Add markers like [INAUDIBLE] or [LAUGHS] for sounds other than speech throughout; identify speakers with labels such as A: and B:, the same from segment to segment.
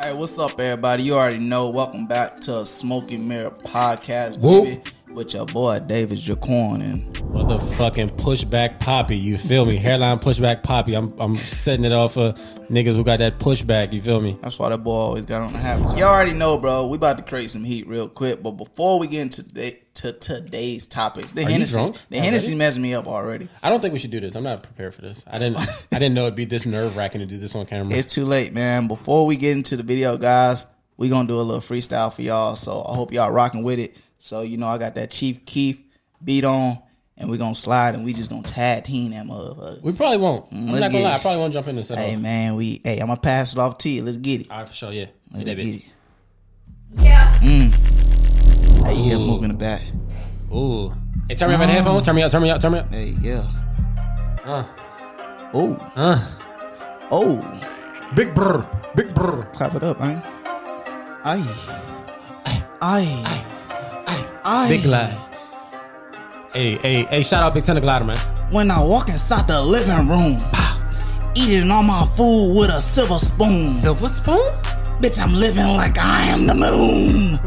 A: Hey, what's up, everybody? You already know. Welcome back to Smoking Mirror Podcast,
B: Whoop.
A: baby, with your boy David Jacorn and
C: Motherfucking pushback poppy, you feel me? Hairline pushback poppy. I'm I'm setting it off for niggas who got that pushback, you feel me?
A: That's why that boy always got on the habit. You already know, bro. We about to create some heat real quick, but before we get into today, to today's topics, the
C: you
A: Hennessy,
C: drunk
A: the
C: already?
A: Hennessy messed me up already.
C: I don't think we should do this. I'm not prepared for this. I didn't I didn't know it'd be this nerve wracking to do this on camera.
A: It's too late, man. Before we get into the video, guys, we gonna do a little freestyle for y'all. So I hope y'all rocking with it. So you know, I got that Chief Keef beat on, and we gonna slide, and we just gonna tag team that motherfucker.
C: we probably won't. I'm
A: let's
C: not
A: get
C: gonna lie,
A: it.
C: I probably won't jump in this at
A: Hey
C: all.
A: man, we hey, I'm gonna pass it off to you. Let's get it.
C: All right, for sure, yeah.
A: Let's
C: Yeah,
A: get it. Mm.
C: baby.
D: Yeah.
A: Hey, yeah,
C: Ooh.
A: moving the back.
C: Ooh. Hey, turn me up in the headphones. Turn me up, turn me up, turn me up.
A: Hey, yeah.
C: Uh,
A: Oh,
C: uh.
A: oh,
C: Big brr. Big brr.
A: clap it up, man. Aye, aye, aye.
C: Big glide. Hey, hey, hey, shout out Big Ten Glider, man.
A: When I walk inside the living room, pow, eating all my food with a silver spoon.
C: Silver spoon?
A: Bitch, I'm living like I am the moon.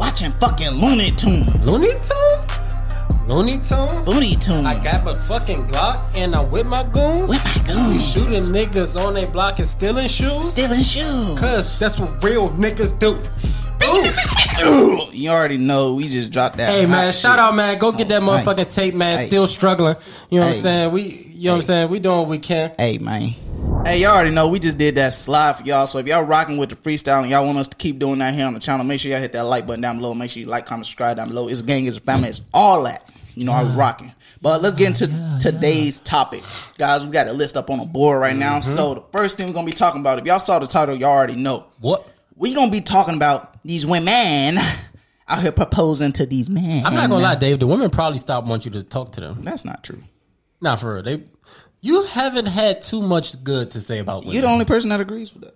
A: Watching fucking Looney Tunes.
C: Looney Tune? Looney Tune?
A: Looney Tunes.
C: I got my fucking Glock and I'm with my goons.
A: With my goons.
C: Shooting niggas on they block and stealing shoes.
A: Stealing shoes.
C: Cause that's what real niggas do.
A: You already know we just dropped that.
C: Hey man,
A: hot
C: shout
A: shit.
C: out man. Go get that
A: Oh, hey.
C: motherfucking tape, man.
A: Hey.
C: Still struggling. You know what
A: Hey.
C: I'm saying? We you know what I'm saying? We doing what we can.
A: Hey man. Hey, y'all already know we just did that slide for y'all. So if y'all rocking with the freestyle and y'all want us to keep doing that here on the channel, make sure y'all hit that like button down below. Make sure you like, comment, subscribe down below. It's a gang, it's a family, it's all that. You know, I'm rocking. But let's get into today's topic. Guys, we got a list up on the board right now.
C: Mm-hmm.
A: So the first thing we're gonna be talking about, if y'all saw the title, y'all already know.
C: What?
A: We gonna be talking about these women [LAUGHS] out here proposing to these men.
C: I'm not gonna lie, Dave. The women probably stop want you to talk to them.
A: That's not true.
C: Nah, for real. They you haven't had too much good to say about women.
A: You're the only person that agrees
C: [LAUGHS]
A: with that.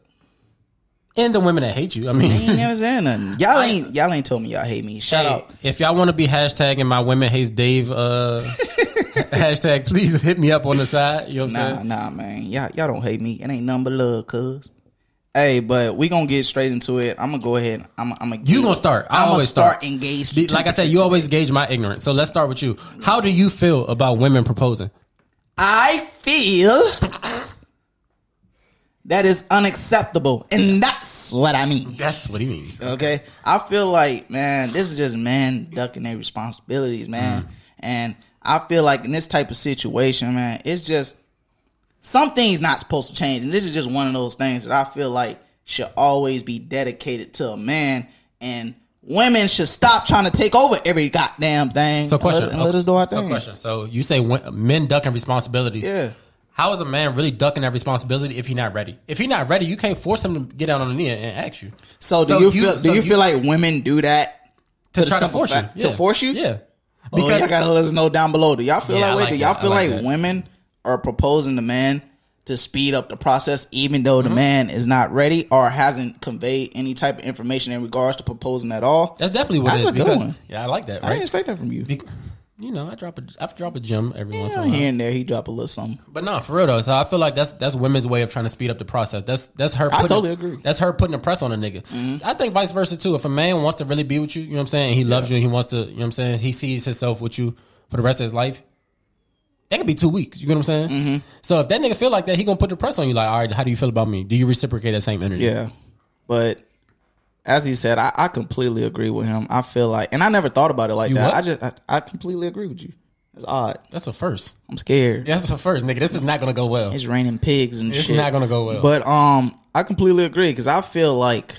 C: and the women that hate you. I mean
A: ain't
C: [LAUGHS]
A: never saying nothing. Y'all ain't y'all ain't told me y'all hate me. Shout
C: Hey,
A: out.
C: if y'all want to be hashtagging my women hates Dave uh, [LAUGHS] hashtag, please hit me up on the side. You know what
A: Nah,
C: I'm saying?
A: nah, man. Y'all y'all don't hate me. It ain't nothing but love, cuz. Hey, but we gonna get straight into it. I'm gonna go ahead. I'm I'm gonna.
C: You gonna start. I
A: I'm
C: always
A: start,
C: start.
A: engaged.
C: Be- Like I
A: temperature
C: said, you
A: today.
C: always gauge my ignorance. So let's start with you. How do you feel about women proposing?
A: I
C: [LAUGHS]
A: feel that is unacceptable, and that's what I mean.
C: That's what he means.
A: Okay. I feel like, man, this is just men ducking their responsibilities,
C: Mm.
A: man. And I feel like in this type of situation, man, it's just some things not supposed to change. And this is just one of those things that I feel like should always be dedicated to a man. And women should stop trying to take over every goddamn thing.
C: So question.
A: And let, and let us do our
C: so
A: thing.
C: question. So you say wo- men ducking responsibilities.
A: Yeah.
C: How is a man really ducking that responsibility if he's not ready? If he's not ready, you can't force him to get down on the knee and- and ask you.
A: So do
C: So
A: you,
C: you-
A: feel do
C: so
A: you,
C: you-
A: feel like women do that?
C: To
A: the
C: try to
A: simple
C: force you.
A: fact- to
C: Yeah.
A: force you? Oh,
C: Oh, Yeah.
A: Because y'all gotta let us know down below. Do y'all feel
C: Yeah,
A: that
C: I
A: way?
C: like
A: Do y'all
C: that. I
A: feel like,
C: like that.
A: women are proposing to man to speed up the process, even though
C: Mm-hmm.
A: the man is not ready or hasn't conveyed any type of information in regards to proposing at all?
C: That's definitely what
A: That's
C: it is.
A: a good
C: because,
A: one.
C: Yeah, I like that.
A: I
C: Right?
A: didn't expect that from you.
C: Be- you know, I drop a I drop a gem every once in a
A: Yeah,
C: while.
A: here and there, he drop a little something.
C: But no, for real though. So I feel like that's that's women's way of trying to speed up the process. That's that's her. Putting,
A: totally agree. Mm-hmm.
C: That's her putting the press on a nigga. I think vice versa too. If a man wants to really be with you, you know what I'm saying, and he loves you, and he wants to, you know what I'm saying, he sees himself with you for the rest of his life. That could be two weeks. You know what I'm saying?
A: Mm-hmm.
C: So if that nigga feel like that, he gonna put the press on you. Like, all right, how do you feel about me? Do you reciprocate that same energy?
A: Yeah. But as he said, I, I completely agree with him. I feel like, and I never thought about it like
C: You
A: that.
C: what?
A: I just, I, I completely agree with you. It's odd.
C: That's a first.
A: I'm scared.
C: That's a first, nigga. This is not gonna go well.
A: It's raining pigs and
C: It's
A: shit.
C: not gonna go well.
A: But um, I completely agree because I feel like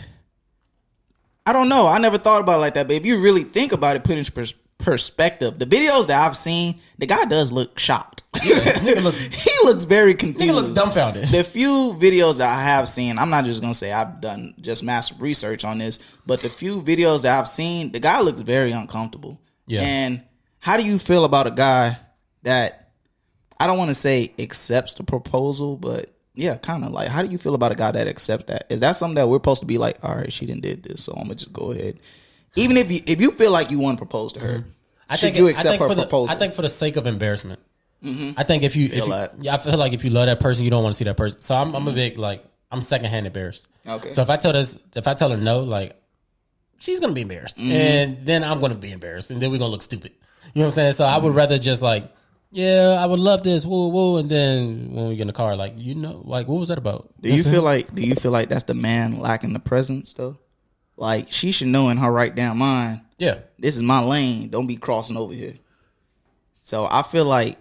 A: I don't know. I never thought about it like that, but if you really think about it, put it into pers- perspective. The videos that I've seen, the guy does look shocked. [LAUGHS]
C: looks-
A: he looks very confused.
C: He looks dumbfounded.
A: The few videos that I have seen, I'm not just gonna say I've done just massive research on this, but the few videos that I've seen, the guy looks very uncomfortable.
C: Yeah.
A: And how do you feel about a guy that I don't want to say accepts the proposal, but yeah, kind of like how do you feel about a guy that accepts that? Is that something that we're supposed to be like, all right, she didn't did this, so I'm gonna just go ahead. Even if you if you feel like you want to propose to her,
C: I
A: should
C: think,
A: you
C: I
A: accept
C: think
A: her
C: for
A: proposal?
C: The, I think for the sake of embarrassment. I think if you, if you
A: that.
C: yeah, I feel like if you love that person, you don't want to see that person. So I'm, I'm a big like I'm secondhand embarrassed.
A: Okay.
C: So if I tell this, if I tell her no, like she's gonna be embarrassed, and then I'm gonna be embarrassed, and then we're gonna look stupid. You know what I'm saying? So I would rather just like, yeah, I would love this, woo woo, and then when we get in the car, like you know, like what was that about?
A: Do you feel like do you feel like that's the man lacking the presence though? Like she should know in her right damn mind,
C: Yeah.
A: this is my lane. Don't be crossing over here. So I feel like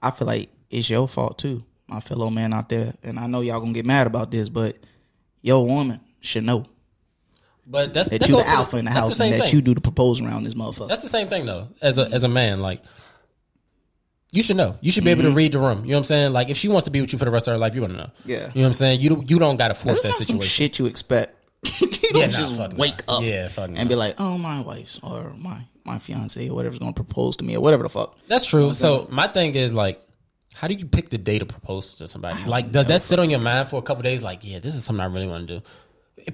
A: I feel like it's your fault too, my fellow man out there. And I know y'all gonna get mad about this, but your woman should know
C: But that's
A: that
C: that
A: you
C: goes
A: the
C: for the-
A: alpha in the
C: that's
A: house
C: same
A: and that
C: thing.
A: you do the proposing around this motherfucker.
C: That's the same thing though. As a as a man, like you should know. You should be
A: Mm-hmm.
C: able to read the room. You know what I'm saying? Like if she wants to be with you for the rest of her life, you're gonna know.
A: Yeah.
C: You know what I'm saying? You don't- you don't gotta force
A: That's not
C: that
A: some
C: situation.
A: shit you expect. you don't
C: [LAUGHS] Yeah, nah,
A: just
C: fuck nah.
A: wake up
C: Yeah, fuck
A: and
C: nah.
A: be like, oh, my wife or my my fiance or whatever's gonna propose to me or whatever the fuck.
C: That's true. So my thing is like, how do you pick the day to propose to somebody? Like, does that sit on your mind for a couple days? Like, yeah, this is something I really want to do.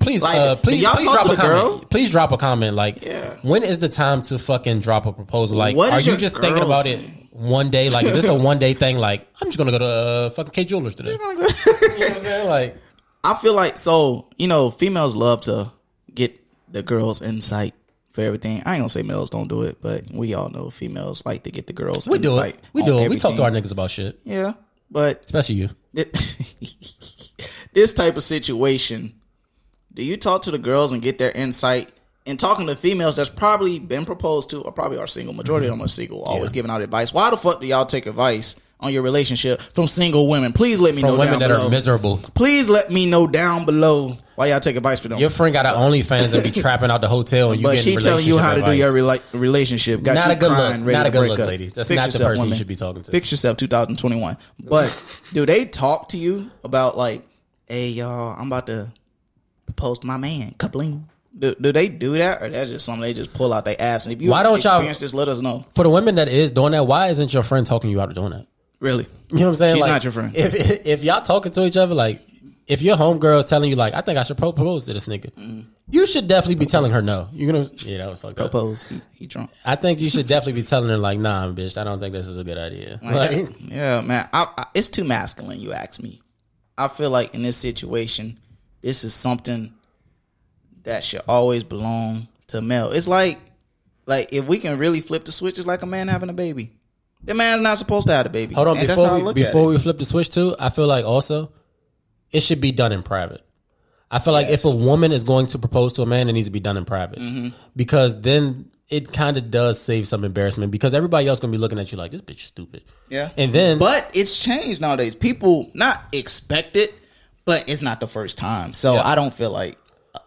C: Please,
A: Like,
C: uh,
A: can
C: please,
A: y'all
C: please
A: talk
C: drop
A: to
C: a
A: the
C: comment.
A: girl?
C: Please drop a comment. Like,
A: Yeah.
C: when is the time to fucking drop a proposal? Like,
A: What
C: are
A: is
C: you
A: your
C: just thinking
A: girl
C: about
A: saying?
C: it one day? Like, is
A: [LAUGHS]
C: this a one day thing? Like, I'm just gonna go to uh, fucking K Jewelers today. [LAUGHS] You know what I'm
A: [LAUGHS]
C: saying? Like,
A: I feel like so, you know, females love to get the girls' insight for everything. I ain't gonna say males don't do it, but we all know females like to get the girls'
C: we do
A: insight.
C: it. We
A: on
C: do it. We talk to our
A: everything.
C: niggas about shit,
A: Yeah. But
C: especially you.
A: thi- [LAUGHS] this type of situation, do you talk to the girls and get their insight? And talking to females that's probably been proposed to or probably are single, majority
C: Mm-hmm.
A: of them are single, always giving out advice. Why the fuck do y'all take advice on your relationship from single women? Please let me
C: From
A: know
C: women
A: down
C: that
A: below.
C: are miserable.
A: Please let me know down below why y'all take advice for them.
C: Your friend got an OnlyFans and be trapping out the hotel, and you
A: but
C: getting
A: she telling you
C: relationship
A: how to do
C: advice.
A: your rela- relationship. Got
C: Not
A: you
C: a good
A: crying,
C: look.
A: ready
C: Not
A: to
C: a good
A: break
C: look,
A: up.
C: ladies. That's
A: Fix
C: not the
A: yourself,
C: person you
A: woman.
C: should be talking to.
A: Fix yourself, 2021. But do they talk to you about like, hey y'all, I'm about to propose to my man, coupling? Do, do they do that, or that's just something they just pull out their ass? And if you
C: Why don't y'all-
A: experience this, let us know.
C: for the women that is doing that, why isn't your friend talking you out of doing that?
A: Really,
C: You know what I'm saying?
A: She's
C: Like,
A: not your friend.
C: If [LAUGHS] if y'all talking to each other, like if your homegirl is telling you like, I think I should propose to this nigga, you should definitely be telling her no. You know, Mm-hmm. yeah, that was fucked up.
A: propose. He, he drunk.
C: I think you should definitely be telling her like, nah, bitch, I don't think this is a good idea. Like,
A: Yeah, man. I, I, it's too masculine, you ask me. I feel like in this situation, this is something that should always belong to male. It's like, like if we can really flip the switch, it's like a man having a baby. The man's not supposed to have a baby.
C: hold on,
A: And that's how I
C: before we
A: look
C: before
A: at
C: we flip the switch too, I feel like also it should be done in private. I feel like if a woman is going to propose to a man, it needs to be done in private
A: Mm-hmm.
C: because then it kind of does save some embarrassment because everybody else gonna be looking at you like this bitch is stupid.
A: it. yeah.
C: And then,
A: but it's changed nowadays. People not expect it, but it's not the first time. So I don't feel like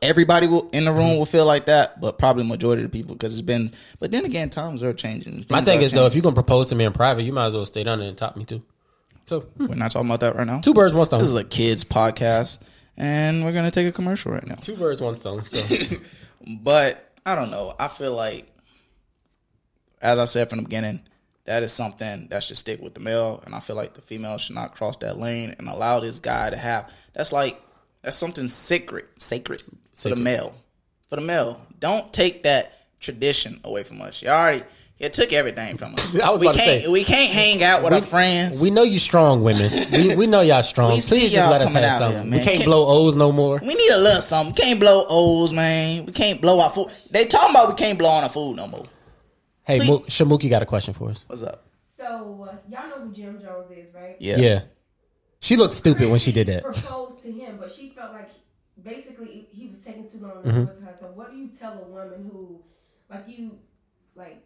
A: everybody will, in the room
C: Mm-hmm.
A: will feel like that, but probably majority of the people because it's been. But then again, times are changing.
C: my
A: Things
C: thing
A: are
C: is though,
A: changing.
C: if you're gonna propose to me in private, you might as well stay down there and top me too. So hmm,
A: We're not talking about that right now.
C: two birds, one stone.
A: This is a kids podcast, and we're gonna take a commercial right now.
C: two birds, one stone.
A: [LAUGHS]
C: So
A: But I don't know. I feel like, as I said from the beginning, that is something that should stick with the male, and I feel like the female should not cross that lane and allow this guy to have. That's like that's something sacred, sacred for the
C: Sacred.
A: male. For the male, don't take that tradition away from us. You already you took everything from us.
C: [LAUGHS] I was
A: we
C: about to
A: can't
C: say.
A: we can't hang out with our friends.
C: we know you strong women. We, we know y'all strong.
A: We see
C: Please just
A: y'all
C: let us
A: coming
C: have
A: out
C: something.
A: here,
C: we
A: man.
C: can't
A: Can't-
C: blow O's no more.
A: We need a little something. Can't blow O's, man. We can't blow our food. They talking about we can't blow on our food no more.
C: Hey,
A: please-
C: Mo- Shamuki got a question for us.
A: What's up?
D: So uh, y'all know who Jim Jones is, right?
A: Yeah.
C: Yeah. She looked stupid when she did that.
D: Proposed to him, but she felt like basically he was taking too long to
A: Mm-hmm.
D: do it to her. So what do you tell a woman who, like you, like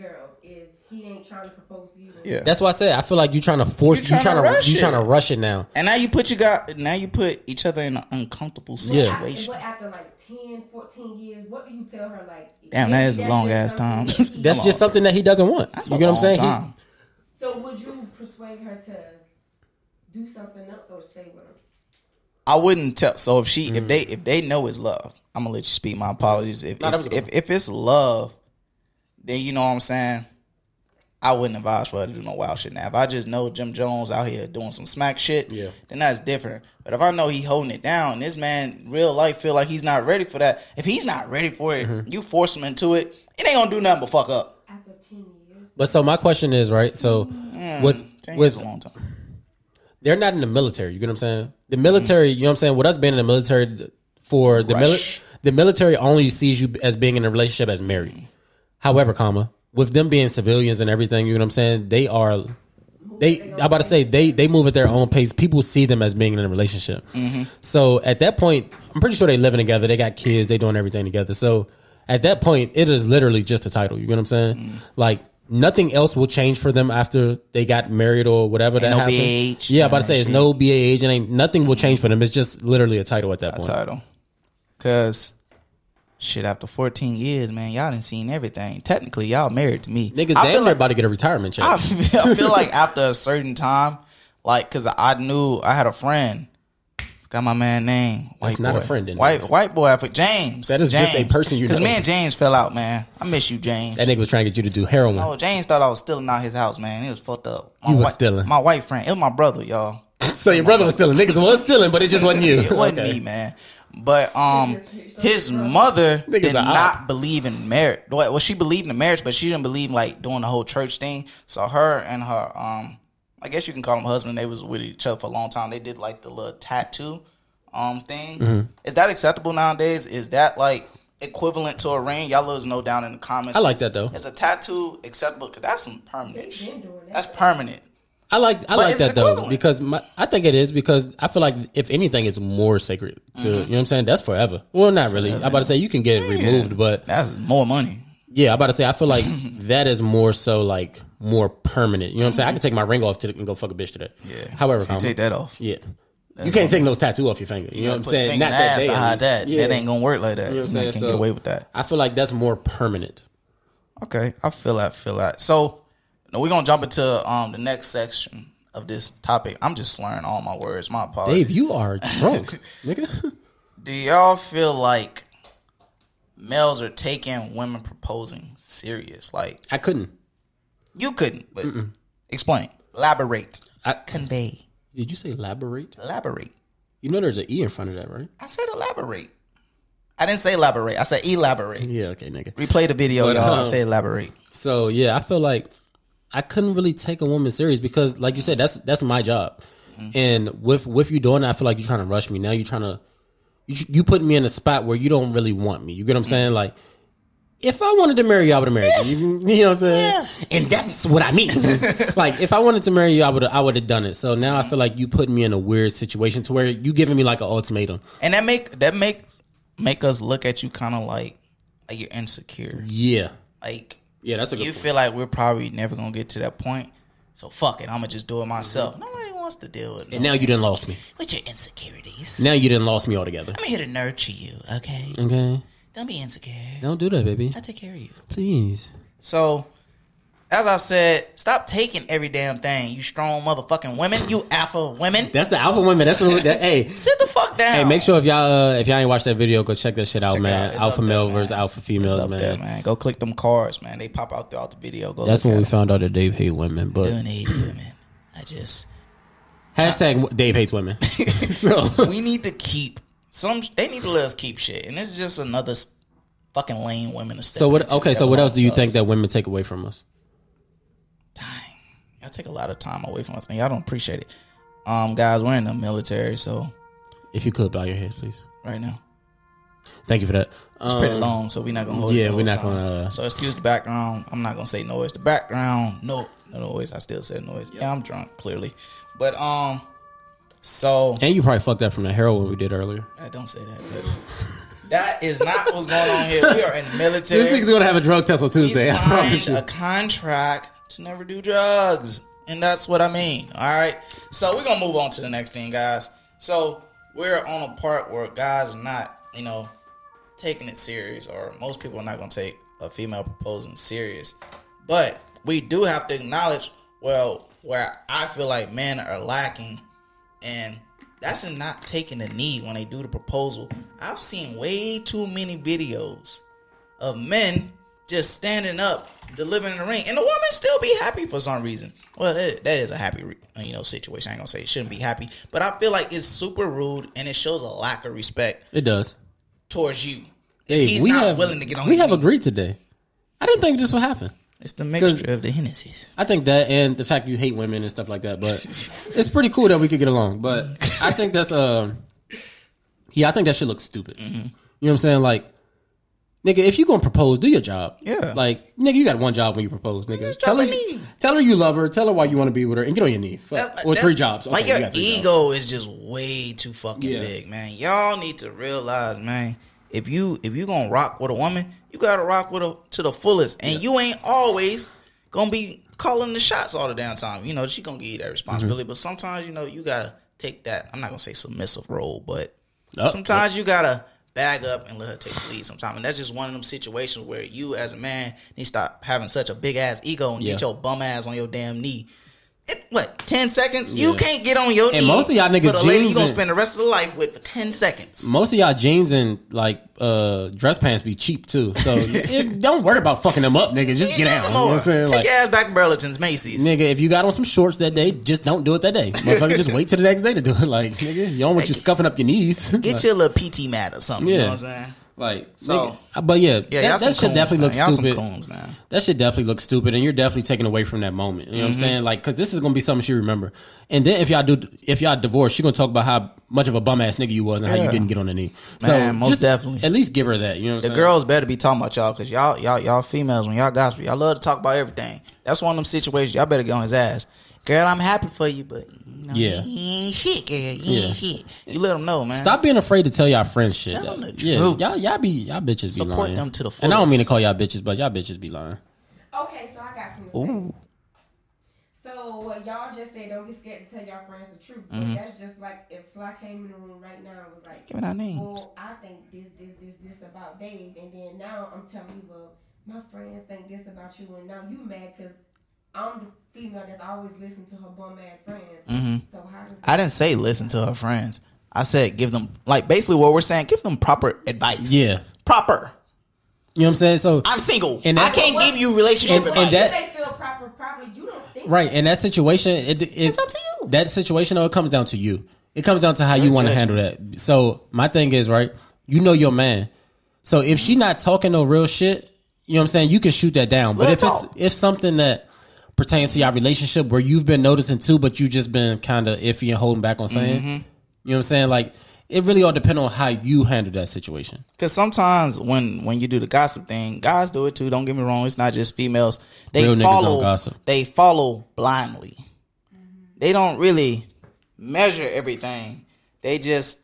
D: girl, if he ain't trying to propose to you?
A: Yeah.
C: That's why I said I feel like you trying to force you
A: You tryna
C: trying
A: rush
C: to you
A: it.
C: trying to rush it now.
A: And now you put you got now you put each other in an uncomfortable
D: What
C: Yeah.
D: after,
A: situation.
D: what after like 10, 14 years, what do you tell her? Like,
A: Damn, that is a
D: that's
A: long
D: just
A: ass
D: something
A: time. [LAUGHS]
D: that he-
C: That's
A: Come
C: just
A: on.
C: something that he doesn't want.
A: That's
C: you
A: a
C: get what I'm
A: long
C: saying? He-
A: time.
D: So would you persuade her to do something else or stay with him?
A: I wouldn't tell. So if she, if they, if they know it's love, I'm gonna let you speak. My apologies. If
C: Mm. Nah, that was
A: if,
C: a good
A: if, if it's love, then you know what I'm saying. I wouldn't advise for her to do no wild shit. Now, if I just know Jim Jones out here doing some smack shit,
C: Yeah.
A: then that's different. But if I know he holding it down, this man real life feel like he's not ready for that. If he's not ready for it,
C: Mm-hmm.
A: you force him into it. It ain't gonna do nothing but fuck up.
D: After 10 years?
C: But so my question is, right? So with
A: Ten years is
C: with
A: a long time.
C: they're not in the military, you get what I'm saying? the military, you know what I'm saying? With us being in the military for the mili-
A: Rush.
C: the military only sees you as being in a relationship as married. However, comma, with them being civilians and everything, you know what I'm saying? They are they I'm about to say they they move at their own pace. People see them as being in a relationship.
A: Mm-hmm.
C: So at that point, I'm pretty sure they living together. They got kids. They doing everything together. So at that point, it is literally just a title. You know what I'm saying?
A: Mm-hmm.
C: Like nothing else will change for them after they got married or whatever that
A: no
C: happened.
A: BAH,
C: yeah,
A: none
C: I'm about
A: of
C: to
A: that
C: say it's
A: shit.
C: no BAH and ain't nothing will change for them. It's just literally a title at that point.
A: title. Cause shit, after 14 years, man, y'all done seen everything. Technically, y'all married to me.
C: Niggas
A: I
C: damn
A: feel
C: near
A: like,
C: about to get a retirement check.
A: I feel, I
C: [LAUGHS]
A: feel like after a certain time, like, cause I knew I had a friend. Got my man name. White
C: not a
A: boy.
C: friend, then.
A: White white boy. I for James.
C: That is
A: James.
C: just a person you
A: Cause
C: know.
A: me and James fell out, man. I miss you, James.
C: that nigga was trying to get you to do heroin.
A: Oh, James thought I was stealing out his house, man. It was fucked up. My
C: You was
A: white-
C: stealing.
A: My white friend. It was my brother, y'all.
C: so your brother was stealing. Niggas was stealing, but it just wasn't
A: [LAUGHS]
C: you. [LAUGHS]
A: It wasn't
C: Okay.
A: me, man. But um,
D: Niggas-
A: his mother
C: Niggas
A: did
C: are
A: not
C: out.
A: believe in marriage. Well, well, she believed in marriage, but she didn't believe like doing the whole church thing. So her and her um, I guess you can call them husband. They was with each other for a long time. They did like the little tattoo um thing.
C: Mm-hmm.
A: Is that acceptable nowadays? Is that like equivalent to a ring? Y'all let us know down in the comments.
C: I like that, though.
A: Is a tattoo acceptable? Cause that's some permanent.
D: They've been
A: shit.
D: doing that.
A: That's permanent.
C: I like I like
A: it's
C: that though
A: equivalent.
C: because my, I think it is because I feel like if anything, it's more sacred. To,
A: Mm-hmm.
C: You know what I'm saying? That's forever. Well, not really. I'm about to say you can get it removed, but
A: That's more money.
C: yeah, I'm about to say I feel
A: [LAUGHS]
C: like that is more so like more permanent. You know what I'm saying? I can take my ring off to and go fuck a bitch today.
A: Mm-hmm. Yeah.
C: However,
A: you
C: comma,
A: take that off.
C: yeah, you can't take no tattoo off your finger. You know what I'm
A: Put
C: saying?
A: finger in the ass
C: day,
A: to
C: at
A: hide
C: least.
A: that.
C: Yeah.
A: That ain't gonna work like that.
C: You know what I'm saying?
A: Man can't
C: So-
A: get away with that.
C: I feel like that's more permanent.
A: Okay, I feel that. Feel that. So now we're gonna jump into um the next section of this topic. I'm just slurring all my words. My apologies.
C: Dave,
A: [LAUGHS]
C: you are drunk, nigga.
A: Do y'all feel like males are taking women proposing serious? Like
C: I couldn't.
A: you couldn't, but explain, elaborate,
C: I-
A: convey,
C: Did you say elaborate?
A: elaborate.
C: You know, there's an e in front of that, right?
A: I said elaborate. I didn't say elaborate. I said elaborate.
C: Yeah. Okay, nigga.
A: Replay the video,
C: But,
A: y'all. I
C: um,
A: say elaborate.
C: So yeah, I feel like I couldn't really take a woman serious because, like you said, that's that's my job. And with with you doing that, I feel like you're trying to rush me. Now you're trying to you, you put me in a spot where you don't really want me. You get what I'm saying? Like if I wanted to marry you, I would have married you. You know what I'm saying? And that's what I mean. like if I wanted to marry you, I would I would have done it. So now I feel like you put me in a weird situation to where you giving me like an ultimatum.
A: and that make that makes make us look at you kind of like like you're insecure.
C: Yeah,
A: Like
C: yeah, that's a good.
A: you
C: point.
A: feel like we're probably never gonna get to that point. So fuck it, I'm gonna just do it myself. Nobody wants to deal with.
C: Mm-hmm. and now you didn't lost me.
A: with your insecurities.
C: Now Mm. you didn't lost me altogether.
A: I'm here to nurture you. Okay,
C: Okay,
A: don't be insecure.
C: don't do that, baby.
A: I take care of you.
C: Please.
A: So. As I said, stop taking every damn thing. You strong motherfucking women, you alpha women.
C: That's the alpha
A: [LAUGHS]
C: women. That's what. That, hey,
A: Sit the fuck down.
C: hey, make sure if y'all uh, if y'all ain't watched that video, go check that shit out,
A: Check it out.
C: man.
A: It's
C: Alpha
A: up there,
C: male
A: man.
C: versus alpha
A: it's
C: females,
A: up
C: man.
A: there, man. Go click them cards, man. They pop out throughout the video. Go.
C: That's
A: look
C: when we
A: at 'em.
C: found out that Dave hate women, but
A: doing age women. I just
C: hashtag Dave
A: [LAUGHS]
C: hates women. so
A: we need to keep some. They need to let us keep shit, and this is just another s- fucking lame women to step.
C: so what?
A: into
C: Okay,
A: that
C: so what
A: belongs
C: else do you
A: to
C: think
A: us.
C: that women take away from us?
A: Dang, y'all take a lot of time away from us, and y'all don't appreciate it. Um, guys, we're in the military, so
C: If you could bow your heads, please.
A: right now
C: Thank you for that. Um,
A: it's pretty long, so we're not gonna hold.
C: yeah,
A: it the
C: we're
A: whole
C: not
A: time.
C: gonna, uh,
A: so excuse the background. I'm not gonna say noise. The background, no, no noise. I still said noise. Yeah, I'm drunk clearly, but um, so
C: And you probably fucked that from the heroin we did earlier.
A: I don't say that. But that is not what's going on here. We are in the military.
C: This nigga's gonna have a drug test on
A: He
C: Tuesday. [LAUGHS] I promise
A: signed
C: you.
A: a contract to never do drugs. And that's what I mean. All right. So we're gonna move on to the next thing, guys. So we're on a part where guys are not, you know, taking it serious, or most people are not gonna take a female proposing serious. But we do have to acknowledge, well, where I feel like men are lacking, and that's in not taking the knee when they do the proposal. I've seen way too many videos of men just standing up, delivering the ring, and the woman still be happy for some reason. Well, that, that is a happy, re- you know, situation. I ain't gonna say it shouldn't be happy, but I feel like it's super rude and it shows a lack of respect
C: It does.
A: towards you.
C: Hey,
A: He's
C: we
A: not
C: have,
A: willing to get on.
C: We
A: his
C: have
A: knee.
C: agreed today. I didn't think this would happen.
A: It's the mixture of the Hennessy's.
C: I think that and the fact you hate women and stuff like that, but it's pretty cool that we could get along. But I think that's um yeah, I think that shit looks stupid.
A: Mm-hmm.
C: You know what I'm saying? Like, nigga, if you gonna propose, do your job.
A: Yeah.
C: Like, nigga, you got one job when you propose, nigga. Tell her,
A: what I mean.
C: tell her you love her. Tell her why you want to be with her, and get on your knee. Fuck.
A: That's-
C: or
A: Uh, that's-
C: three jobs. Okay,
A: like
C: you
A: your
C: got three jobs.
A: ego is just way too fucking
C: Yeah.
A: big, man. Y'all need to realize, man. If you if you gonna rock with a woman, you gotta rock with her to the fullest, and you ain't always gonna be calling the shots all the damn time. You know she gonna give you that responsibility,
C: Mm-hmm.
A: but sometimes you know you gotta take that. I'm not gonna say submissive role, but
C: Up.
A: sometimes you gotta bag up and let her take the lead. Sometimes, and that's just one of them situations where you, as a man, need to stop having such a big ass ego and get
C: Yeah.
A: your bum ass on your damn knee it, what ten seconds? You
C: Yeah.
A: can't get on your knee
C: And most of y'all niggas
A: for the lady
C: jeans
A: you gonna
C: and- Mm,
A: spend the rest of the life with for ten seconds.
C: Most of y'all jeans and like uh dress pants be cheap too. So
A: [LAUGHS]
C: if, don't worry about fucking them up, nigga. Just get
A: Get
C: out.
A: some
C: You know what
A: more.
C: I'm saying?
A: Take
C: Like,
A: your ass back to Burlington's Macy's.
C: Nigga, if you got on some shorts that day, just don't do it
A: [LAUGHS]
C: that day. Motherfucker, just wait till the next day to do it. [LAUGHS] Like, nigga, you don't want you scuffing up your knees. [LAUGHS]
A: Get
C: like,
A: your little PT mat or something. You
C: Yeah.
A: know what I'm saying?
C: like,
A: So-
C: nigga, but yeah,
A: Yeah, y'all
C: that,
A: some
C: that shit
A: coons,
C: definitely
A: man.
C: looks
A: y'all
C: stupid.
A: Some coons, man.
C: That shit definitely looks stupid, and you're definitely taken away from that moment. You know what I'm
A: Mm-hmm.
C: saying? Like, because this is gonna be something she remember. And then if y'all do, if y'all divorce, she gonna talk about how much of a bum ass nigga you was and how
A: Yeah.
C: you didn't get on the knee. So
A: Man, most
C: just
A: definitely.
C: at least give her that. You know what
A: The
C: I'm saying?
A: girls better be talking about y'all because y'all, y'all, y'all females, when y'all gossip, y'all love to talk about everything. That's one of them situations. Y'all better get on his ass. Girl, I'm happy for you, but you know,
C: Yeah.
A: he ain't shit, girl. He
C: Yeah.
A: ain't shit. You let him know, man.
C: Stop being afraid to tell y'all friends shit.
A: Tell 'em
C: though.
A: the
C: yeah,
A: truth.
C: y'all y'all be y'all bitches be
A: Support
C: lying.
A: them to the
C: and I don't mean to
A: fullest.
C: call y'all bitches, but y'all bitches be lying.
D: Okay, so I got some. to say. So what y'all just said, don't be scared to tell your friends the truth.
A: Mm-hmm.
D: But That's just like if Sly came in the room right now and was like,
A: Giving out names.
D: Well, I think this, this, this, this about Dave, and then now I'm telling you, well, my friends think this about you, and now you mad because I'm the female that's always listening to her bum ass friends. So how does that
A: Mm-hmm. I didn't say listen to her friends. I said give them like basically what we're saying, give them proper advice.
C: Yeah.
A: Proper.
C: You know what I'm saying? So
A: I'm single.
C: And
A: And I
C: that's-
A: can't give you relationship
C: And- and
A: advice.
C: that-
D: they feel proper? Probably you don't think
C: right, in that situation, it, it,
A: It's up to you.
C: That situation, though, it comes down to you. It comes down to how you want to handle that. So my thing is right. You know your man. So if she not talking no real shit, you know what I'm saying. You can shoot that down. But
A: Let
C: if
A: her
C: it's
A: talk.
C: if something that pertains to your relationship where you've been noticing too, but you just been kind of iffy and holding back on saying,
A: Mm-hmm.
C: you know what I'm saying. Like it really all depend on how you handle that situation.
A: Because sometimes when when you do the gossip thing, guys do it too. Don't get me wrong. It's not just females. They
C: Real niggas
A: follow.
C: don't gossip.
A: They follow blindly. They don't really measure everything. They just,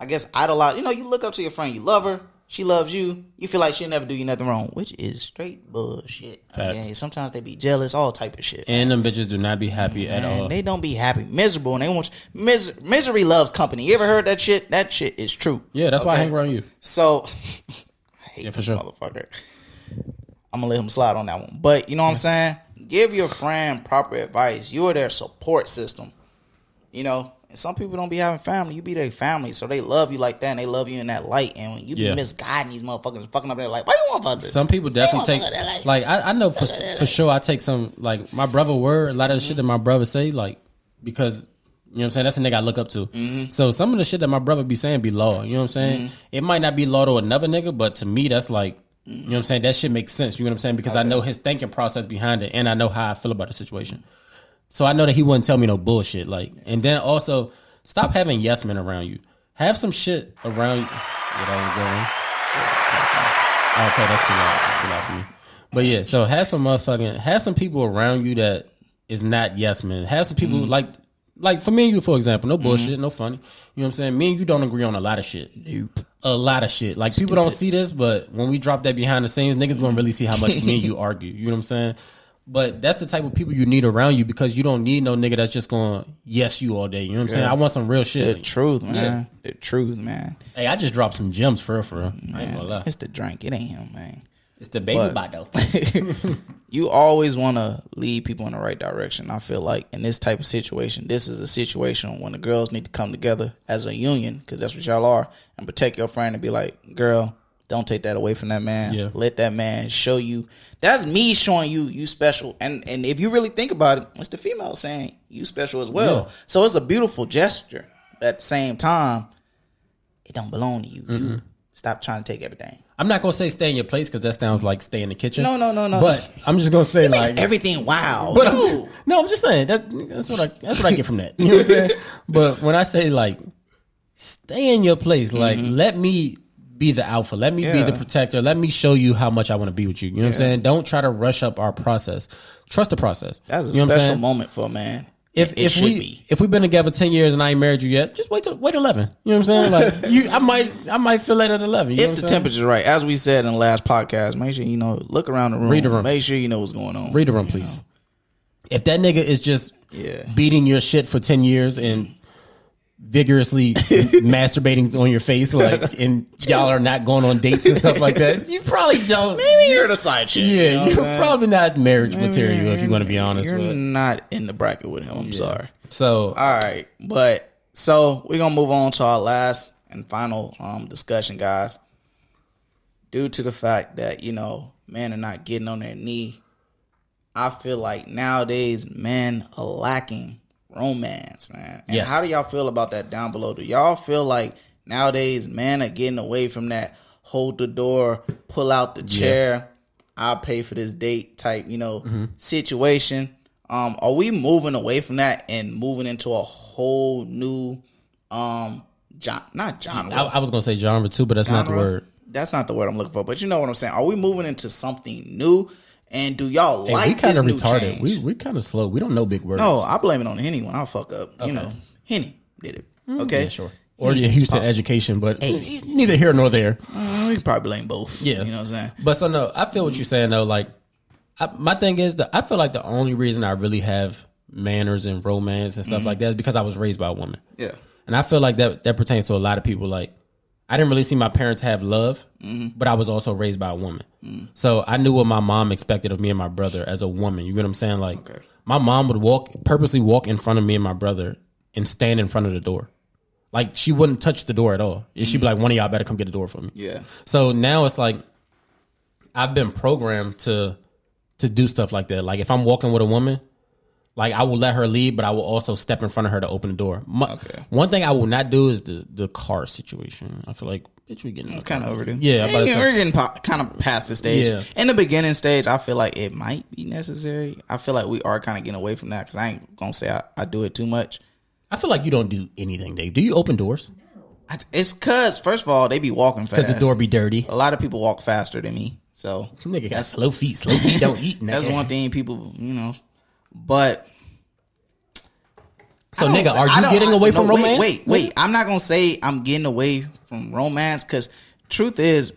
A: I guess, idolize. You know, you look up to your friend. You love her. She loves you. You feel like she'll never do you nothing wrong, which is straight bullshit.
C: Facts.
A: Okay? Sometimes they be jealous, all type of shit.
C: And uh, them bitches do not be happy at
A: Man,
C: all.
A: they don't be happy, miserable, and they want mis- misery loves company. You ever heard that shit? That shit is true.
C: yeah, that's why I
A: Okay.
C: hang around you.
A: So, [LAUGHS] I hate
C: Yeah, for
A: this
C: sure.
A: motherfucker. I'm gonna let him slide on that one. But you know what I'm saying? Give your friend proper advice. You are their support system. You know, and some people don't be having family. You be their family, so they love you like that, and they love you in that light. And when you
C: Yeah.
A: be misguiding these motherfuckers, fucking up, they're like, "Why you want to
C: Some people definitely
A: They don't fuck with
C: take
A: LA.
C: like I, I know for for sure I take some like my brother word a lot of the shit that my brother say like because you know what I'm saying that's a nigga I look up to. So some of the shit that my brother be saying be law. You know what I'm saying? It might not be law to another nigga, but to me that's like you know what I'm saying that shit makes sense. You know what I'm saying because I know his thinking process behind it and I know how I feel about the situation. So I know that he wouldn't tell me no bullshit. Like, and then also stop having yes men around you. Have some shit around you. Yeah, that ain't going. Okay, that's too loud. That's too loud for me. But yeah, so have some motherfucking have some people around you that is not yes men. Have some
A: Mm-hmm.
C: people like like for me and you, for example, no bullshit, no funny. You know what I'm saying? Me and you don't agree on a lot of shit.
A: Nope.
C: A lot of shit. Like people don't see this, but when we drop that behind the scenes, niggas gonna really see how much me
A: [LAUGHS]
C: and you argue. You know what I'm saying? But that's the type of people you need around you because you don't need no nigga that's just gonna yes you all day. You know what I'm saying? I want some real
A: The
C: shit.
A: truth, man. The truth, man.
C: hey, I just dropped some gems for real, for real. I ain't gonna lie.
A: It's the drink. It ain't him, man.
C: It's the baby
A: But-
C: bottle.
A: [LAUGHS] you always want to lead people in the right direction. I feel like in this type of situation, this is a situation when the girls need to come together as a union because that's what y'all are and protect your friend and be like, girl, don't take that away from that man.
C: Yeah.
A: Let that man show you. That's me showing you you special. And and if you really think about it, it's the female saying you special as well.
C: Yeah. Mm-hmm.
A: So it's a beautiful gesture. But at the same time, it don't belong to you. You Stop trying to take everything.
C: I'm not gonna say stay in your place because that sounds like stay in the kitchen.
A: No, no, no, no.
C: But I'm just gonna say
A: Makes
C: like
A: everything wow.
C: But I'm
A: no.
C: just- no, I'm just saying that that's what I that's what I get from that. You know what
A: [LAUGHS]
C: I'm saying? But when I say like stay in your place, like let me be the alpha, let me be
A: Mm-hmm. Yeah.
C: the protector, let me show you how much I want to be with you. You know what I'm saying? Don't try to rush up our process. Trust the process.
A: That's a
C: you know what I'm
A: special
C: saying?
A: moment for a man.
C: If,
A: It
C: if
A: should
C: we
A: be.
C: if we've been together ten years and I ain't married you yet, just wait till wait eleven. You know what
A: [LAUGHS]
C: I'm saying? Like you, I might I might feel that at eleven. You know
A: If
C: what
A: the
C: I'm saying?
A: temperature's right, as we said in the last podcast, make sure you know, look around the room.
C: Read the room.
A: Make sure you know what's going on.
C: Read the room, please. If that nigga is just
A: Yeah.
C: beating your shit for ten years and
A: [LAUGHS]
C: vigorously masturbating on your face, like, and y'all are not going on dates and stuff like that, you probably don't.
A: You're the side chick. you know
C: yeah,
A: what I'm
C: you're
A: saying?
C: probably not marriage material if you want to be honest.
A: You're
C: With.
A: not in the bracket with him. I'm sorry.
C: So
A: All right, but so we're gonna move on to our last and final um discussion, guys. Due to the fact that you know men are not getting on their knee, I feel like nowadays men are lacking romance, man. And
C: Yes.
A: how do y'all feel about that down below? Do y'all feel like nowadays men are getting away from that hold the door, pull out the chair, I'll pay for this date type, you know,
C: Mm-hmm.
A: situation? Um, are we moving away from that and moving into a whole new um John not John
C: I, I was gonna say genre too, but that's not the
A: genre?
C: word.
A: That's not the word I'm looking for, but you know what I'm saying. Are we moving into something new? And do y'all
C: Hey,
A: like
C: we kind
A: this
C: of
A: new
C: retarded.
A: change?
C: We we kind of slow. We don't know big words.
A: No, Oh, I blame it on Henny when I fuck up. You know, Henny did it. Okay,
C: Yeah, sure. Or your Houston education, but neither here nor there.
A: Uh, we can probably blame both.
C: Yeah.
A: you know what I'm saying.
C: But so no, I feel what you're saying though. Like, I, my thing is that I feel like the only reason I really have manners and romance and stuff like that is because I was raised by a woman,
A: Yeah,
C: and I feel like that that pertains to a lot of people. Like, I didn't really see my parents have love, but I was also raised by a woman, so I knew what my mom expected of me and my brother as a woman. You get what I'm saying? Like, my mom would walk purposely walk in front of me and my brother and stand in front of the door. Like she wouldn't touch the door at all. And She'd be like, "One of y'all better come get the door for me."
A: yeah,
C: So now it's like I've been programmed to to do stuff like that. Like if I'm walking with a woman, like I will let her lead, but I will also step in front of her to open the door. My,
A: Okay.
C: One thing I will not do is the the car situation. I feel like bitch, we getting in the
A: it's kind of overdue.
C: Yeah, I'm about to say-
A: we're getting kind of past the stage.
C: Yeah.
A: In the beginning stage, I feel like it might be necessary. I feel like we are kind of getting away from that because I ain't gonna say I, I do it too much.
C: I feel like you don't do anything, Dave. Do you open doors?
A: I, it's cause first of all, they be walking fast.
C: Because the door be dirty.
A: A lot of people walk faster than me, so
C: Nigga got slow feet. Slow feet don't eat.
A: [LAUGHS] that's
C: nigga.
A: one thing people, you know. But
C: So
A: I don't
C: nigga,
A: say-
C: are
A: I
C: you
A: don't-
C: getting
A: I-
C: away
A: no,
C: from
A: wait,
C: romance?
A: Wait, wait. I'm not gonna say I'm getting away from romance because truth is,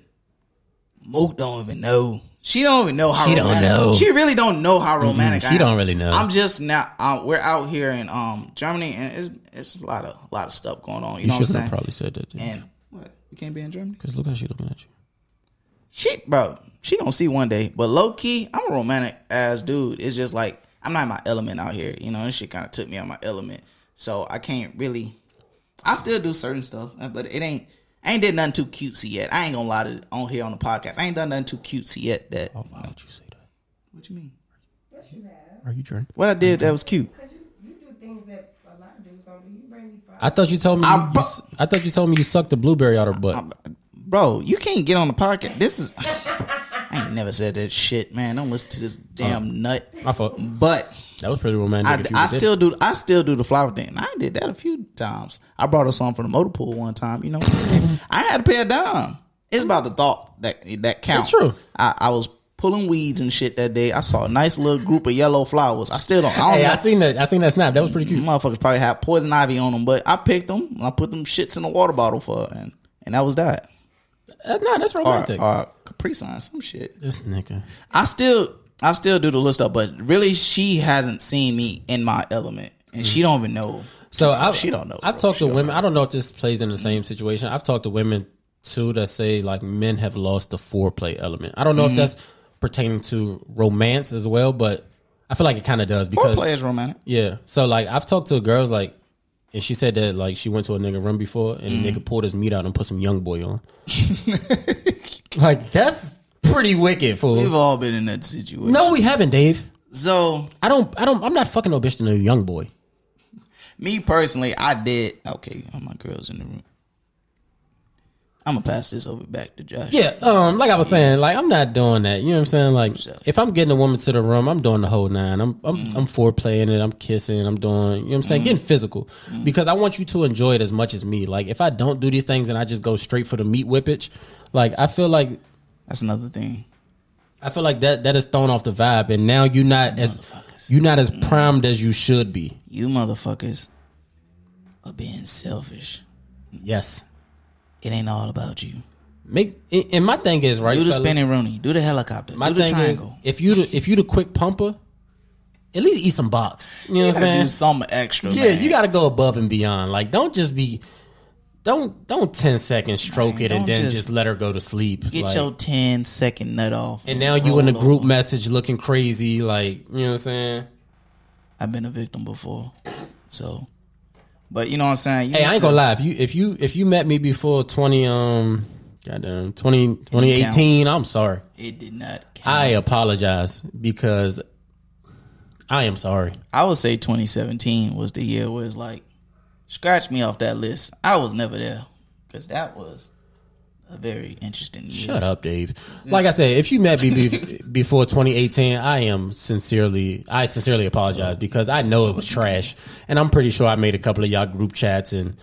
A: Mook don't even know. She don't even know how
C: She don't
A: romantic.
C: know.
A: She really don't know how romantic.
C: she
A: I am.
C: don't really know.
A: I'm just now. Uh, we're out here in um Germany, and it's it's a lot of lot of stuff going on. You, know
C: You
A: what I'm
C: should have
A: saying?
C: probably said that.
A: And what you can't be in Germany?
C: Because look how she looking at you.
A: She bro, she gonna see one day. But low key, I'm a romantic ass dude. It's just like I'm not in my element out here. You know, this shit kind of took me out my element, so I can't really. I still do certain stuff, uh, but it ain't. I ain't did nothing too cutesy yet. I ain't gonna lie to on here on the podcast. I ain't done nothing too cutesy yet. That
C: Oh, why would you say that?
A: what you mean?
D: Yes, you have.
C: Are you drunk?
A: What I did that was cute.
D: Because you, you do things that a lot of dudes don't do. You bring me fire.
C: I thought you told me. You,
A: I
C: you
A: bu-
C: s- I thought you told me you sucked the blueberry out her butt.
A: Bro, you can't get on the podcast. This is. [LAUGHS] I ain't never said that shit, man. Don't listen to this damn nut.
C: My fault.
A: But
C: That was pretty romantic.
A: I,
C: if you
A: I
C: did it.
A: still do I still do the flower thing. And I did that a few times. I brought a song from the motor pool one time.
C: [LAUGHS]
A: You know, I had to pay a dime. It's about the thought that that counts.
C: It's true.
A: I, I was pulling weeds and shit that day. I saw a nice little group of yellow flowers. I still don't. I don't
C: Hey,
A: know.
C: I seen that. I seen that snap. That was pretty cute.
A: Motherfuckers probably had poison ivy on them, but I picked them and I put them shits in a water bottle for her, and and that was that.
C: Uh, nah, that's
A: Or,
C: romantic.
A: or Capri Sun, some shit.
C: this nigga.
A: I still I still do the list up, but really she hasn't seen me in my element, and she don't even know.
C: Mm. So I,
A: She don't know,
C: I've
A: bro.
C: talked
A: She
C: to
A: don't
C: women. I don't know if this plays in the same situation. I've talked to women too that say like men have lost the foreplay element. I don't know if
A: Mm-hmm.
C: that's pertaining to romance as well, but I feel like it kind of does
A: Four
C: because
A: players romantic.
C: Yeah. So like I've talked to girls like and she said that like she went to a nigga room before and the nigga pulled his meat out and put some young boy on. like that's pretty wicked,
A: We've
C: fool.
A: all been in that situation.
C: No, we haven't, Dave.
A: So
C: I don't I don't I'm not fucking no bitch to no young boy.
A: me personally, I did okay, all my girls in the room. I'm gonna pass this over back to Josh.
C: Yeah, um, like I was saying, like I'm not doing that. You know what I'm saying? Like if I'm getting a woman to the room, I'm doing the whole nine. I'm I'm I'm foreplaying it, I'm kissing, I'm doing you know what I'm saying, getting physical. Because I want you to enjoy it as much as me. Like if I don't do these things and I just go straight for the meat whippage, like I feel like
A: that's another thing.
C: I feel like that that is thrown off the vibe and now you're not as you're not as primed as you should be.
A: You motherfuckers are being selfish.
C: Yes.
A: It ain't all about you.
C: Make and and my thing is right.
A: Do the
C: fellas,
A: spinning Rooney. Do the helicopter.
C: My
A: do the
C: thing is,
A: triangle.
C: if you the, if you the quick pumper, at least eat some box. You know what I'm
A: gotta
C: saying?
A: do something extra.
C: Yeah,
A: man.
C: you got to go above and beyond. Like, don't just be, don't don't 10 seconds stroke
A: Man,
C: it
A: don't
C: and then
A: just
C: just, let her go to sleep.
A: get
C: Like,
A: your 10 second nut off.
C: and now you in a group message looking crazy. Like, you know what I'm saying?
A: I've been a victim before, so. But you know what I'm saying. You
C: Hey,
A: need
C: I ain't
A: to-
C: gonna lie. If you if you if you met me before 20 um goddamn 20, 2018, I'm sorry.
A: It did not. Count.
C: I apologize because I am sorry.
A: I would say 2017 was the year where it's like, scratch me off that list. I was never there because that was a very interesting year.
C: Shut up, Dave. Like I said, if you met
A: [LAUGHS]
C: me be- before 2018, I am sincerely, I sincerely apologize because I know it was trash, and I'm pretty sure I made a couple of y'all group chats, and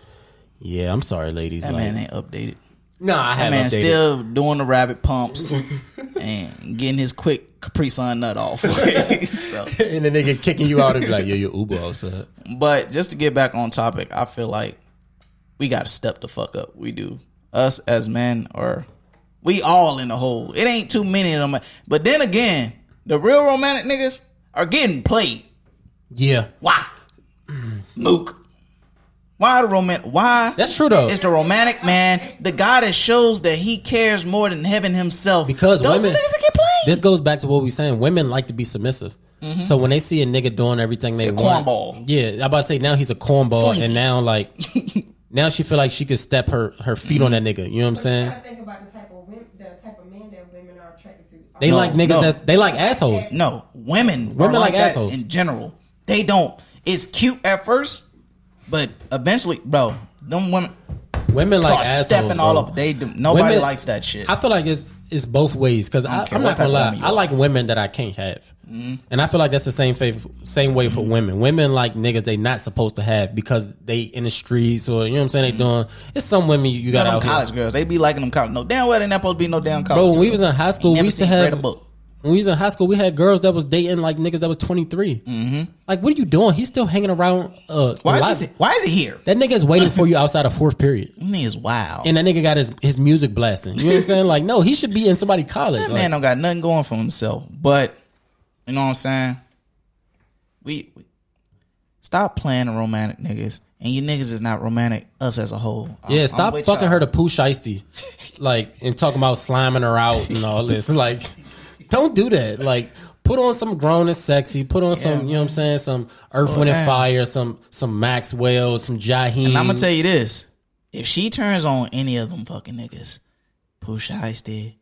C: yeah, I'm sorry, ladies.
A: That
C: Like,
A: man ain't updated.
C: no, I
A: That
C: haven't
A: man
C: updated.
A: still doing the rabbit pumps and getting his quick Capri Sun nut off. [LAUGHS] so,
C: [LAUGHS] and the nigga kicking you out and be like, "Yo, your Uber outside."
A: but just to get back on topic, I feel like we got to step the fuck up. We do. Us as men are, we all in the hole. It ain't too many of them. But then again, the real romantic niggas are getting played.
C: Yeah,
A: Why? Luke. Why the romantic? Why?
C: that's true though.
A: it's the romantic man, the guy that shows that he cares more than heaven himself.
C: Because
A: those
C: women-
A: niggas that get played.
C: This goes back to what we saying. Women like to be submissive. So when they see a nigga doing everything they
A: Mm-hmm. a
C: want,
A: cornball.
C: Yeah, I about to say now he's a cornball,
A: Slinky.
C: and
A: [LAUGHS]
C: now like, now she feel like she could step her her feet on that
A: Mm-hmm.
C: nigga. You know what I'm
D: You
C: saying?
D: gotta think about the type of women, the type of men that women are attracted to.
C: They
A: No,
C: like niggas
A: no.
C: that's they like assholes.
A: No, women.
C: Women
A: are like,
C: like
A: that
C: assholes.
A: in general. They don't. It's cute at first, but eventually, bro, them women
C: Women
A: start
C: like assholes.
A: stepping all
C: bro.
A: up. They do, nobody
C: Women-
A: likes that shit.
C: I feel like it's it's both ways because I'm
A: care what
C: not
A: type
C: gonna
A: of
C: lie.
A: woman you
C: I
A: are. Mm-hmm.
C: like women that I can't have, and I feel like that's the same fav- same way for women. Women like niggas they not supposed to have because they in the streets or you know what I'm saying. They doing it's some women you, you
A: Mm-hmm.
C: got
A: Them
C: out here.
A: college girls, they be liking them college. No, damn well they not supposed to be no damn college.
C: Bro, when we was in high school, we
A: Never
C: used to
A: seen
C: have.
A: read a book.
C: When we was in high school, we had girls that was dating like niggas that was twenty Mm-hmm. Like, what are you doing? He's still hanging around. Uh,
A: Why
C: the
A: is,
C: lobby.
A: this, why is it here?
C: That nigga is waiting for you outside of fourth period.
A: That nigga is wild.
C: and that nigga got his, his music blasting. You know what I'm saying? Like, no, he should be in somebody college.
A: That
C: Like,
A: man don't got nothing going for himself. But you know what I'm saying? We, we stop playing the romantic niggas, and you niggas is not romantic. Us as a whole. I'm-
C: yeah,
A: I'm
C: stop
A: with
C: fucking
A: y'all.
C: her to poo shiesty, like, and talking about sliming her out and all
A: [LAUGHS]
C: this. Like, don't do that. Like, put on some grown and sexy. Put on some, you know what I'm saying? Some Earth, Wind
A: down.
C: and Fire. Some some Maxwell. Some Jaheim.
A: And I'm gonna tell you this: if she turns on any of them fucking niggas, Pusha T,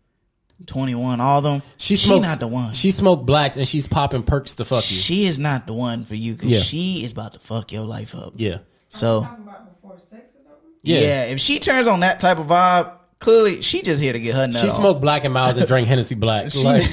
A: Twenty One, all them,
C: she
A: she,
C: smokes.
A: not the one. She,
C: She smoked blacks and she's popping perks to fuck you.
A: is not the one for you because
C: Yeah.
A: she is about to fuck your life up.
C: yeah.
A: So
D: talking about before sex or something.
A: yeah.
C: Yeah.
A: if she turns on that type of vibe, clearly she just here to get her nut.
C: She
A: off.
C: smoked black and miles and drank Hennessy black.
A: [LAUGHS]
C: Like, [LAUGHS]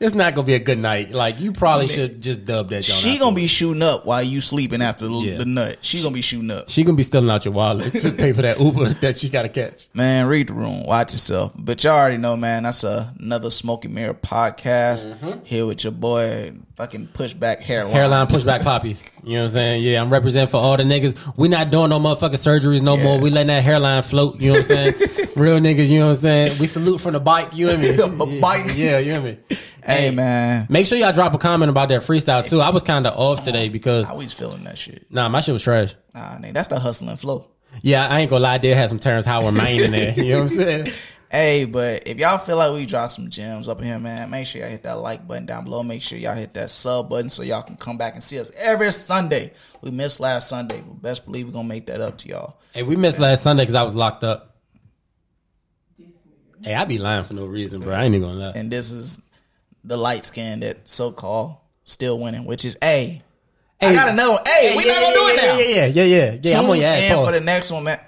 C: it's not gonna be a good night. Like, you probably should just dub that. joint
A: She
C: out
A: gonna
C: for
A: be shooting up while you sleeping after the,
C: Yeah.
A: the nut. She gonna be shooting up.
C: She gonna be stealing out your wallet to pay for that Uber [LAUGHS] that she gotta catch.
A: Man, read the room, watch yourself. But y'all already know, man. That's a, another Smoky Mirror podcast here with your boy, fucking pushback hairline.
C: Hairline pushback poppy. You know what I'm saying? Yeah, I'm representing for all the niggas. We not doing no motherfucking surgeries no more.
A: Yeah.
C: We letting that hairline float. You know
A: [LAUGHS]
C: what I'm saying? Real niggas. You know what I'm saying? We salute from the bike. You and me?
A: The bike.
C: Yeah, you and me?
A: Hey, man,
C: Make sure y'all drop a comment about that freestyle too. I was kind of off today because
A: I was feeling that shit.
C: nah, my shit was trash.
A: Nah, nigga, that's the hustling flow.
C: Yeah, I ain't gonna lie. I did have some Terrence Howard main in there. You know what
A: [LAUGHS]
C: I'm saying?
A: Hey, but if y'all feel like we dropped some gems up in here, man, make sure y'all hit that like button down below. Make sure y'all hit that sub button so y'all can come back and see us every Sunday. We missed last Sunday, but best believe we're gonna make that up to y'all.
C: Hey, we missed last Sunday because I was locked up. Hey, I be lying for no reason, bro. I ain't even gonna lie.
A: and this is the light skin that so called still winning, which is A. I
C: Hey.
A: got another one. Hey, we
C: yeah,
A: not gonna do it
C: yeah,
A: now.
C: Yeah, yeah, yeah, yeah. yeah I'm on
A: Tune
C: your ass.
A: in for
C: Pause.
A: the next one, man.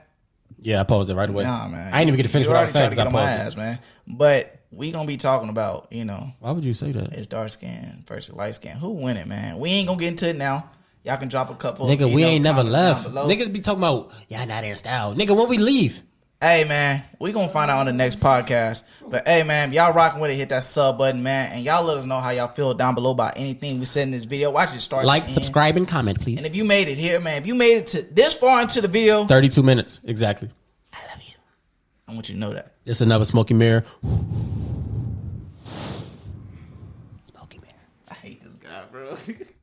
C: Yeah, I posed it right away.
A: Nah, man.
C: I ain't even get to finish
A: you
C: what
A: already
C: I was saying
A: tried to
C: 'cause
A: get on
C: I
A: my
C: paused it.
A: ass, man. But we gonna be talking about you know
C: Why would you say that?
A: it's dark skin versus light skin. Who win it, man? We ain't gonna get into it now. Y'all can drop a couple.
C: Nigga,
A: you
C: we
A: know,
C: ain't never
A: comments down
C: left.
A: below.
C: Niggas be talking about y'all not in style. Nigga, when we leave,
A: Hey man, we gonna find out on the next podcast. But hey man, y'all rocking with it, hit that sub button, man, and y'all let us know how y'all feel down below about anything we said in this video. Watch it start. to
C: like,
A: end.
C: subscribe, and comment, please.
A: And if you made it here, man, if you made it to this far into the video,
C: 32 minutes, exactly.
A: I love you. I want you to know that.
C: It's another smoky mirror. smoky mirror.
A: I hate this guy, bro. [LAUGHS]